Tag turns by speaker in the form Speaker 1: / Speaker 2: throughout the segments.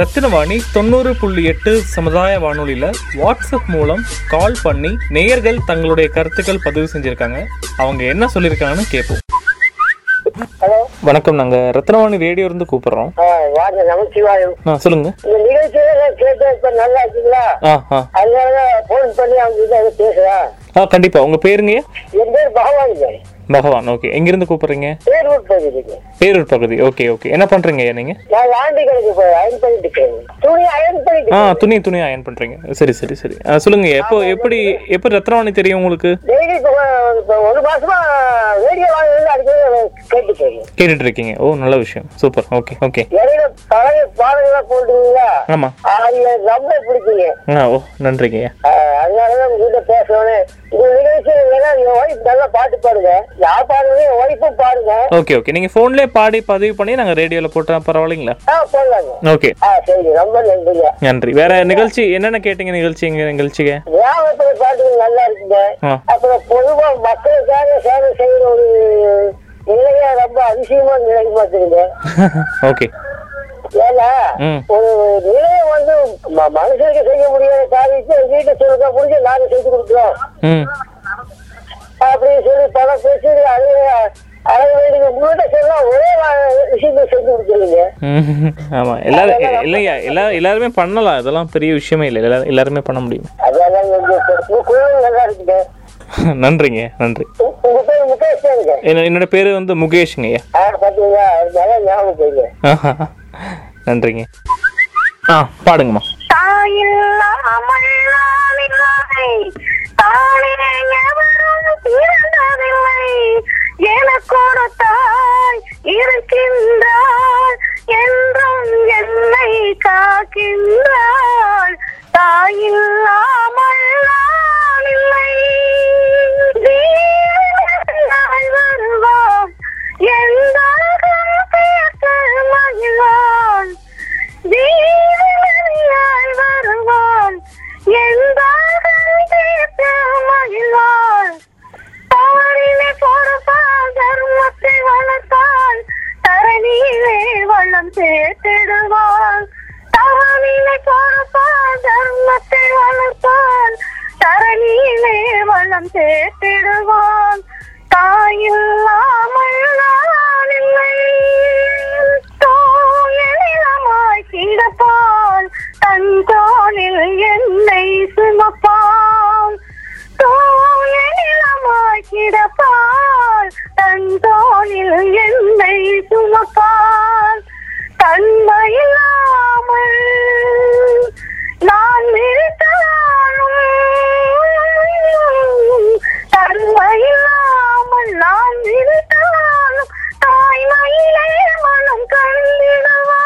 Speaker 1: ரத்தினவாணி தொண்ணூறு புள்ளி எட்டு சமுதாய வானொலியில் வாட்ஸ்அப் மூலம் கால் பண்ணி நேயர்கள் தங்களுடைய கருத்துக்கள் பதிவு செஞ்சுருக்காங்க அவங்க என்ன சொல்லியிருக்காங்கன்னு கேட்போம்
Speaker 2: ஹலோ
Speaker 1: வணக்கம் நாங்கள் ரத்னவாணி ரேடியோலேருந்து கூப்பிட்றோம்
Speaker 2: ஆ வாங்க நமச்சிவாயம்
Speaker 1: ஆ சொல்லுங்கள்
Speaker 2: இந்த நிகழ்ச்சியில நான் கேட்டேன் இப்ப நல்லா இருக்குங்களா
Speaker 1: ஆ ஆ
Speaker 2: அதனால போன் பண்ணி அவங்க கிட்ட வந்து பேசுறேன்
Speaker 1: ஆ கண்டிப்பாக உங்கள் பேருங்க
Speaker 2: என் பேர் பகவானுங்க
Speaker 1: பகவான் ஓகே எங்கேருந்து கூப்பிட்றீங்க
Speaker 2: பேரூர் பகுதிக்கு
Speaker 1: பேரூர் பகுதி ஓகே ஓகே என்ன பண்ணுறீங்க நீங்கள்
Speaker 2: நான் ஆண்டி கடைக்கு போய் அயன் பண்ணிட்டு இருக்கிறேன் துணி அயன் பண்ணிட்டு
Speaker 1: ஆ துணி துணி அயன் பண்ணுறீங்க சரி சரி சரி ஆ, சொல்லுங்க எப்போ எப்படி எப்படி ரத்னவாணி தெரியும் உங்களுக்கு
Speaker 2: டெய்லி ஒரு மாசமா ரேடியோ வாங்கினது அதுக்கு கேட்டுட்டு இருக்கேன்
Speaker 1: கேட்டுட்டு இருக்கீங்க ஓ நல்ல விஷயம் சூப்பர் ஓகே ஓகே
Speaker 2: இடையில பழைய பாடல்கள்லாம் போட்டுருங்களா
Speaker 1: ஆமாம்
Speaker 2: அதுல ரொம்ப பிடிக்குங்க
Speaker 1: ஆ ஓ நன்றிங்க
Speaker 2: ஆ, அதனாலதான் உங்ககிட்ட பேசணும் இந்த நிகழ்ச்சியில வேணா என் ஒய்ஃப் நல்லா பாட்டு பாடுங்க யார் பாடுங்க என் ஒய்ஃபும் பாடுங்க
Speaker 1: ஓகே ஓகே நீங்கள் ஃபோன்லேயே பாடி பதிவு பண்ணி நாங்கள் ரேடியோவில் போட்டால் பரவாயில்லைங்களா
Speaker 2: ஆ போடலாங்க
Speaker 1: ஓகே
Speaker 2: ஆ சரி ரொம்ப நன்றிங்க
Speaker 1: நன்றி வேற நிகழ்ச்சி என்னென்ன கேட்டீங்க நிகழ்ச்சி எங்கள் நிகழ்ச்சிக்கு
Speaker 2: கிராமத்துல பாட்டு நல்லா இருக்குங்க
Speaker 1: ஆ
Speaker 2: அப்புறம் பொதுவா மக்களுக்காக சேவை செய்யற ஒரு நிலையா ரொம்ப அதிசயமா நிலைக்கு பார்த்துருங்க
Speaker 1: ஓகே
Speaker 2: ஏன்னா
Speaker 1: ம்
Speaker 2: ஒரு நிலையை வந்து ம- மனுஷனுக்கு செய்ய முடியாத காரியத்தை வீட்டை சொல்லுங்க முடிஞ்சு நாங்க செஞ்சு கொடுக்குறோம்
Speaker 1: ம்
Speaker 2: அப்படின்னு சொல்லி பல பேசி அது அழக வேண்டிய உங்கள்கிட்ட சொன்னா ஒரே வா- விஷயத்தை செஞ்சு கொடுக்குறீங்க
Speaker 1: ம் ஆமாம் எல்லாரும் இல்லையா எல்லா எல்லாருமே பண்ணலாம் இதெல்லாம் பெரிய விஷயமே இல்லை எல்லா எல்லாருமே பண்ண முடியும்
Speaker 2: அதெல்லாம் உங்க குழந்தை நல்லா இருக்குங்க
Speaker 1: நன்றிங்க நன்றி
Speaker 2: உ- உங்க பேர் முகேஷ் தானுங்க
Speaker 1: என்ன என்னோட பேர் வந்து முகேஷுங்கய்யா
Speaker 2: ஆ பாத்தீங்களா அது நல்லா ஞாபகம் போயிங்க
Speaker 1: ஆஹா. நன்றிங்க ஆ பாடுங்கம்மா
Speaker 3: தாயில்லாமல்லாவில்லை தானே எவரும் பிறந்ததில்லை எனக்கொரு தாய் இருக்கின்றாள் என்றும் என்னை காக்கின்றாள் தாயில்லாமல் நான் இல்லை வீரனாய் வருவான் எந்த மகிழ்வான் வீரனாய் வருவான் எந்த மகிழ்வான் தாரினை பொறுப்பால் தர்மத்தை வளர்த்தால் தரணியிலே வள்ளம் சேர்த்திடுவாள் தாரினை பொறுப்பால் தர்மத்தை வளர்த்தால் தரணியிலே வள்ளம் சேர்த்திடுவான் தாயில்லாமல் நான் இல்லை தோயலிலமாய் கிடப்பான் தன் தோளில் என்னை சுமப்பான் தோயலிலமாய் கிடப்பான் தன் தோளில் என்னை சுமப்பான் தன்மையில்லாமல் நான் நிறுத்தாலும் தன்மையில்லாமல் நான் நிறுத்தாலும் தாய்மையிலே மனம் கண்டிடுவா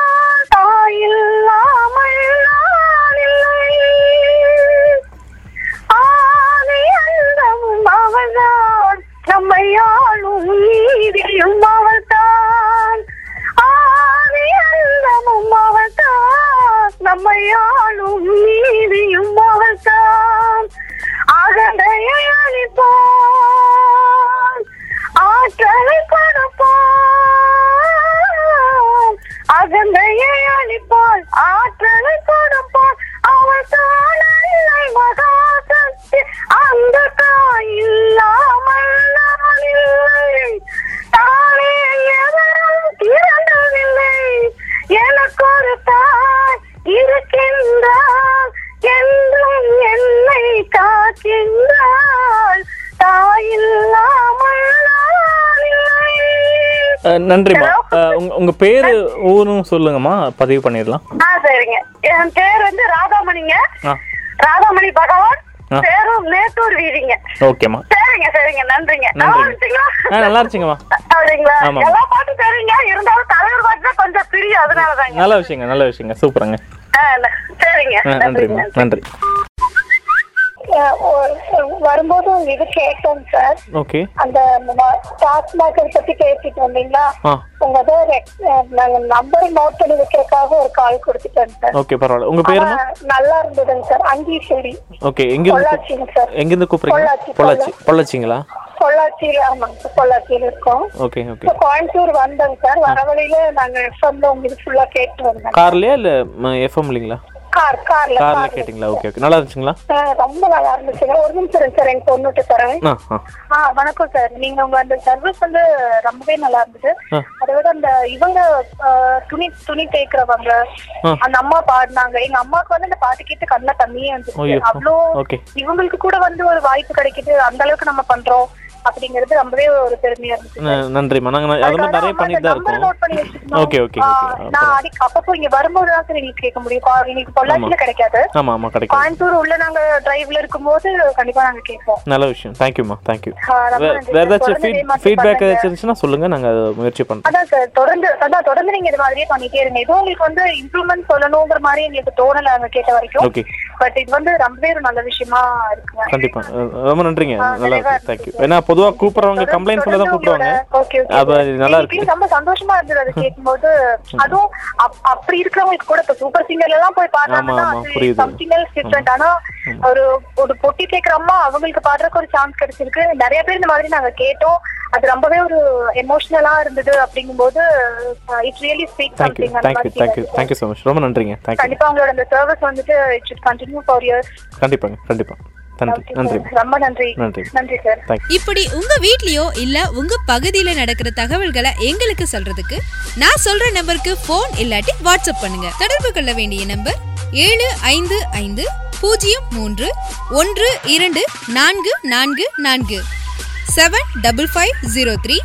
Speaker 3: தாயில்லாமல் நான் இல்லை ஆனை அந்தமும் அவள்தான் நம்மை ஆளும் நீதியும் அவள்தான் ஆனை அந்தமும் அவள்தான் நம்மை ஆளும் நீதியும் அவள்தான் அகந்தையை அழிப்பான் ஆற்றலை கொடுப்பான் அகந்தையை அழிப்பான் ஆற்றலை கொடுப்பான் அவள் தானல்லை மகாசக்தி அந்த தாயில்லாமல் நான் இல்லை தானே எவரும் பிறந்ததில்லை எனக்கு ஒரு தாய் இருக்கின்றாள் என்றும் என்னை காக்கின்றாள் தாயில்லாமல் நான் இல்லை
Speaker 1: அஹ், நன்றிம்மா அஹ், உங்க உங்க பேரு ஊரும் சொல்லுங்கம்மா பதிவு பண்ணிடலாம்
Speaker 3: ஆ சரிங்க என் பேர் வந்து ராதாமணிங்க
Speaker 1: ஆ
Speaker 3: ராதாமணி பகவான்
Speaker 1: ஆ.
Speaker 3: பேரும் மேட்டூர் வீதிங்க
Speaker 1: ஓகேம்மா
Speaker 3: சரிங்க சரிங்க நன்றிங்க நல்லா இருந்துச்சுங்களா
Speaker 1: ஆ நல்லா இருந்துச்சுங்கம்மா
Speaker 3: அப்படிங்களா
Speaker 1: ஆமா.
Speaker 3: எல்லா பாட்டும் தெரியுங்க இருந்தாலும் தலைவர் பாட்டு தான் கொஞ்சம் பிரியும் அதனாலதாங்க
Speaker 1: நல்ல விஷயங்க நல்ல விஷயங்க சூப்பருங்க
Speaker 3: ஆ, ந- சரிங்க
Speaker 1: ஆ
Speaker 3: நன்றிங்க
Speaker 1: நன்றிம்மா நன்றி
Speaker 4: வரும்போது உங்ககிட்ட கேட்டோம் சார்
Speaker 1: ஓகே
Speaker 4: அந்த டாஸ்மாக பத்தி பேசிட்டு வந்தீங்களா
Speaker 1: ஆ
Speaker 4: உங்க ஏதோ ரெக்- அஹ் நாங்க நம்பர் நோட் பண்ணி வைக்கிறதுக்காக ஒரு கால் கொடுத்துட்டேன் சார்
Speaker 1: ஓகே பரவாயில்ல உங்க பேருமா
Speaker 4: ஆனா, நல்லா இருந்ததுங்க சார் அங்கீஸ்வரி
Speaker 1: ஓகே எங்கிருந்து
Speaker 4: பொள்ளாச்சிங்க சார்
Speaker 1: எங்கிருந்து கூப்பிடுறீங்க
Speaker 4: பொள்ளாச்சி,
Speaker 1: பொள்ளாச்சி பொள்ளாச்சிங்களா
Speaker 3: பொள்ளாச்சியில ஆமாங்க சார் பொள்ளாச்சியில இருக்கோம்
Speaker 1: ஓகே ஓகே
Speaker 3: இப்ப கோயம்புத்தூர் வந்தோங்க சார் வர வழியில நாங்க எஃப்எம்ல உங்களுக்கு ஃபுல்லா கேட்டு வந்தோம்
Speaker 1: கார்லையா இல்லை எஃப்எம் இல்லைங்களா
Speaker 3: கார் கார்ல
Speaker 1: கார்ல
Speaker 3: கார்ல.
Speaker 1: கேட்டிங்களா ஓகே ஓகே நல்லா இருந்துச்சுங்களா
Speaker 3: ஆ, ரொம்ப நல்லா இருந்துச்சுங்க ஒரு நிமிஷம் இருங்க சார் எங்க பொண்ணுட்டு தரேன்
Speaker 1: ஆ ஆ
Speaker 3: ஆ வணக்கம் சார் நீங்க உங்க அந்த சர்வீஸ் வந்து ரொம்பவே நல்லா இருந்தது
Speaker 1: ஆ.
Speaker 3: அதை விட அந்த இவங்க ஆ, துணி துணி தேய்க்கிறவங்க
Speaker 1: ஆ.
Speaker 3: அந்த அம்மா பாடினாங்க எங்க அம்மாவுக்கு வந்து அந்த பாட்டு கேட்டு கண்ணில் தண்ணியே
Speaker 1: ஐயோ.
Speaker 3: வந்துச்சு அவ்வளோ
Speaker 1: Okay.
Speaker 3: இவங்களுக்கு கூட வந்து ஒரு வாய்ப்பு கிடைக்குது அந்த அளவுக்கு நம்ம பண்றோம் அப்படிங்கிறது ரொம்பவே ஒரு பெருமையா இருந்துச்சு
Speaker 1: ந- நன்றிம்மா நாங்கள் அது மாதிரி நிறைய பண்ணிட்டு தான் இருக்கோம்
Speaker 3: நோட் பண்ணி வச்சுக்கணும்
Speaker 1: Okay, okay,
Speaker 3: ஆ,
Speaker 1: okay.
Speaker 3: நான் அடிக்க அப்பப்போ இங்க வரும்போது தான் சார் எங்களுக்கு கேட்க முடியும் பா- எங்களுக்கு பொள்ளாச்சியில
Speaker 1: ஆமா.
Speaker 3: கிடைக்காது
Speaker 1: ஆமாம் ஆமாம் கிடைக்கும்
Speaker 3: கோயம்புத்தூர் உள்ள நாங்க டிரைவ்ல இருக்கும்போது கண்டிப்பா நாங்க கேட்போம்
Speaker 1: நல்ல விஷயம் தேங்க்யூம்மா தேங்க்யூ
Speaker 3: ஆ, ரொம்ப
Speaker 1: வேறு
Speaker 3: நன்றி சார்.
Speaker 1: ஏதாச்சும்
Speaker 3: தொடர்ந்து இதே மாதிரி
Speaker 1: ஃபீட்பேக்
Speaker 3: பண்ணுங்க.
Speaker 1: ஏதாச்சும் இருந்துச்சுன்னா சொல்லுங்கள் நாங்கள் அதை முயற்சி பண்ணுறோம்
Speaker 3: அதான் சார் தொடர்ந்து அதான் தொடர்ந்து நீங்க இது மாதிரியே பண்ணிட்டே இருங்க ஏதோ உங்களுக்கு வந்து இம்ப்ரூவ்மெண்ட் சொல்லணுங்கிற மாதிரி எங்களுக்கு தோணல அங்க கேட்ட வரைக்கும்
Speaker 1: ஓகே
Speaker 3: பட் இது வந்து ரொம்பவே ஒரு நல்ல விஷயமா இருக்குங்க
Speaker 1: கண்டிப்பா அஹ் ரொம்ப நன்றிங்க
Speaker 3: ஆ,
Speaker 1: நல்லா
Speaker 3: நிறைவா
Speaker 1: இருக்கு தேங்க்யூ ஏன்னா பொதுவா கூப்பிடுறவங்க கம்ப்ளைண்ட் சொல்ல தான் கூப்பிடுவாங்க அப்ப இது நல்லா இருக்கு
Speaker 3: ரொம்ப சந்தோஷமா இருந்தது அதை கேட்கும்போது அதுவும் அப்- அப்படி இருக்கிறவங்களுக்கு கூட இப்ப சூப்பர் சிங்கர்ல எல்லாம் போய்
Speaker 1: ஆமா, ஆமா,
Speaker 3: பாடுறாங்க
Speaker 1: புரியுது.
Speaker 3: சம்திங் எல்ஸ் டிஃப்ரெண்ட் ஆனா ஒரு ஒரு பொட்டி கேட்கிற அம்மா அவங்களுக்கு பாடுறதுக்கு ஒரு சான்ஸ் கிடைச்சிருக்கு நிறைய பேர் இந்த மாதிரி நாங்க கேட்டோம் அது ரொம்பவே ஒரு எமோஷனலா இருந்தது அப்படிங்கும்போது it really speak
Speaker 1: thank you
Speaker 3: something
Speaker 1: thank you
Speaker 3: அந்த மாதிரி
Speaker 1: தேங்க்யூ
Speaker 3: feel ஆச்சு.
Speaker 1: தேங்க்யூ ஸோ மச் ரொம்ப நன்றிங்க தேங்க்யூ
Speaker 3: கண்டிப்பா உங்களோட அந்த சர்வீஸ் வந்துட்டு it should continue for years
Speaker 1: கண்டிப்பாங்க கண்டிப்பா நன்றி நன்றி
Speaker 3: ரொம்ப நன்றி
Speaker 1: நன்றி.
Speaker 3: நன்றி சார்
Speaker 1: தேங்க்யூ
Speaker 5: இப்படி உங்க வீட்லயோ இல்ல உங்க பகுதியில நடக்கிற தகவல்களை எங்களுக்கு சொல்றதுக்கு நான் சொல்ற நம்பருக்கு ஃபோன் இல்லாட்டி வாட்ஸ்அப் பண்ணுங்க தொடர்பு கொள்ள வேண்டிய நம்பர் ஏழு ஐந்து ஐந்து பூஜ்ஜியம் மூன்று ஒன்று இரண்டு நான்கு நான்கு நான்கு seven double five zero three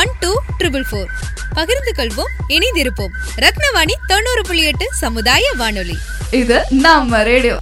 Speaker 5: one two triple four பகிர்ந்து கொள்வோம் இணைந்திருப்போம் ரத்னவாணி தொண்ணூறு புள்ளி எட்டு சமுதாய வானொலி
Speaker 6: இது நம்ம ரேடியோ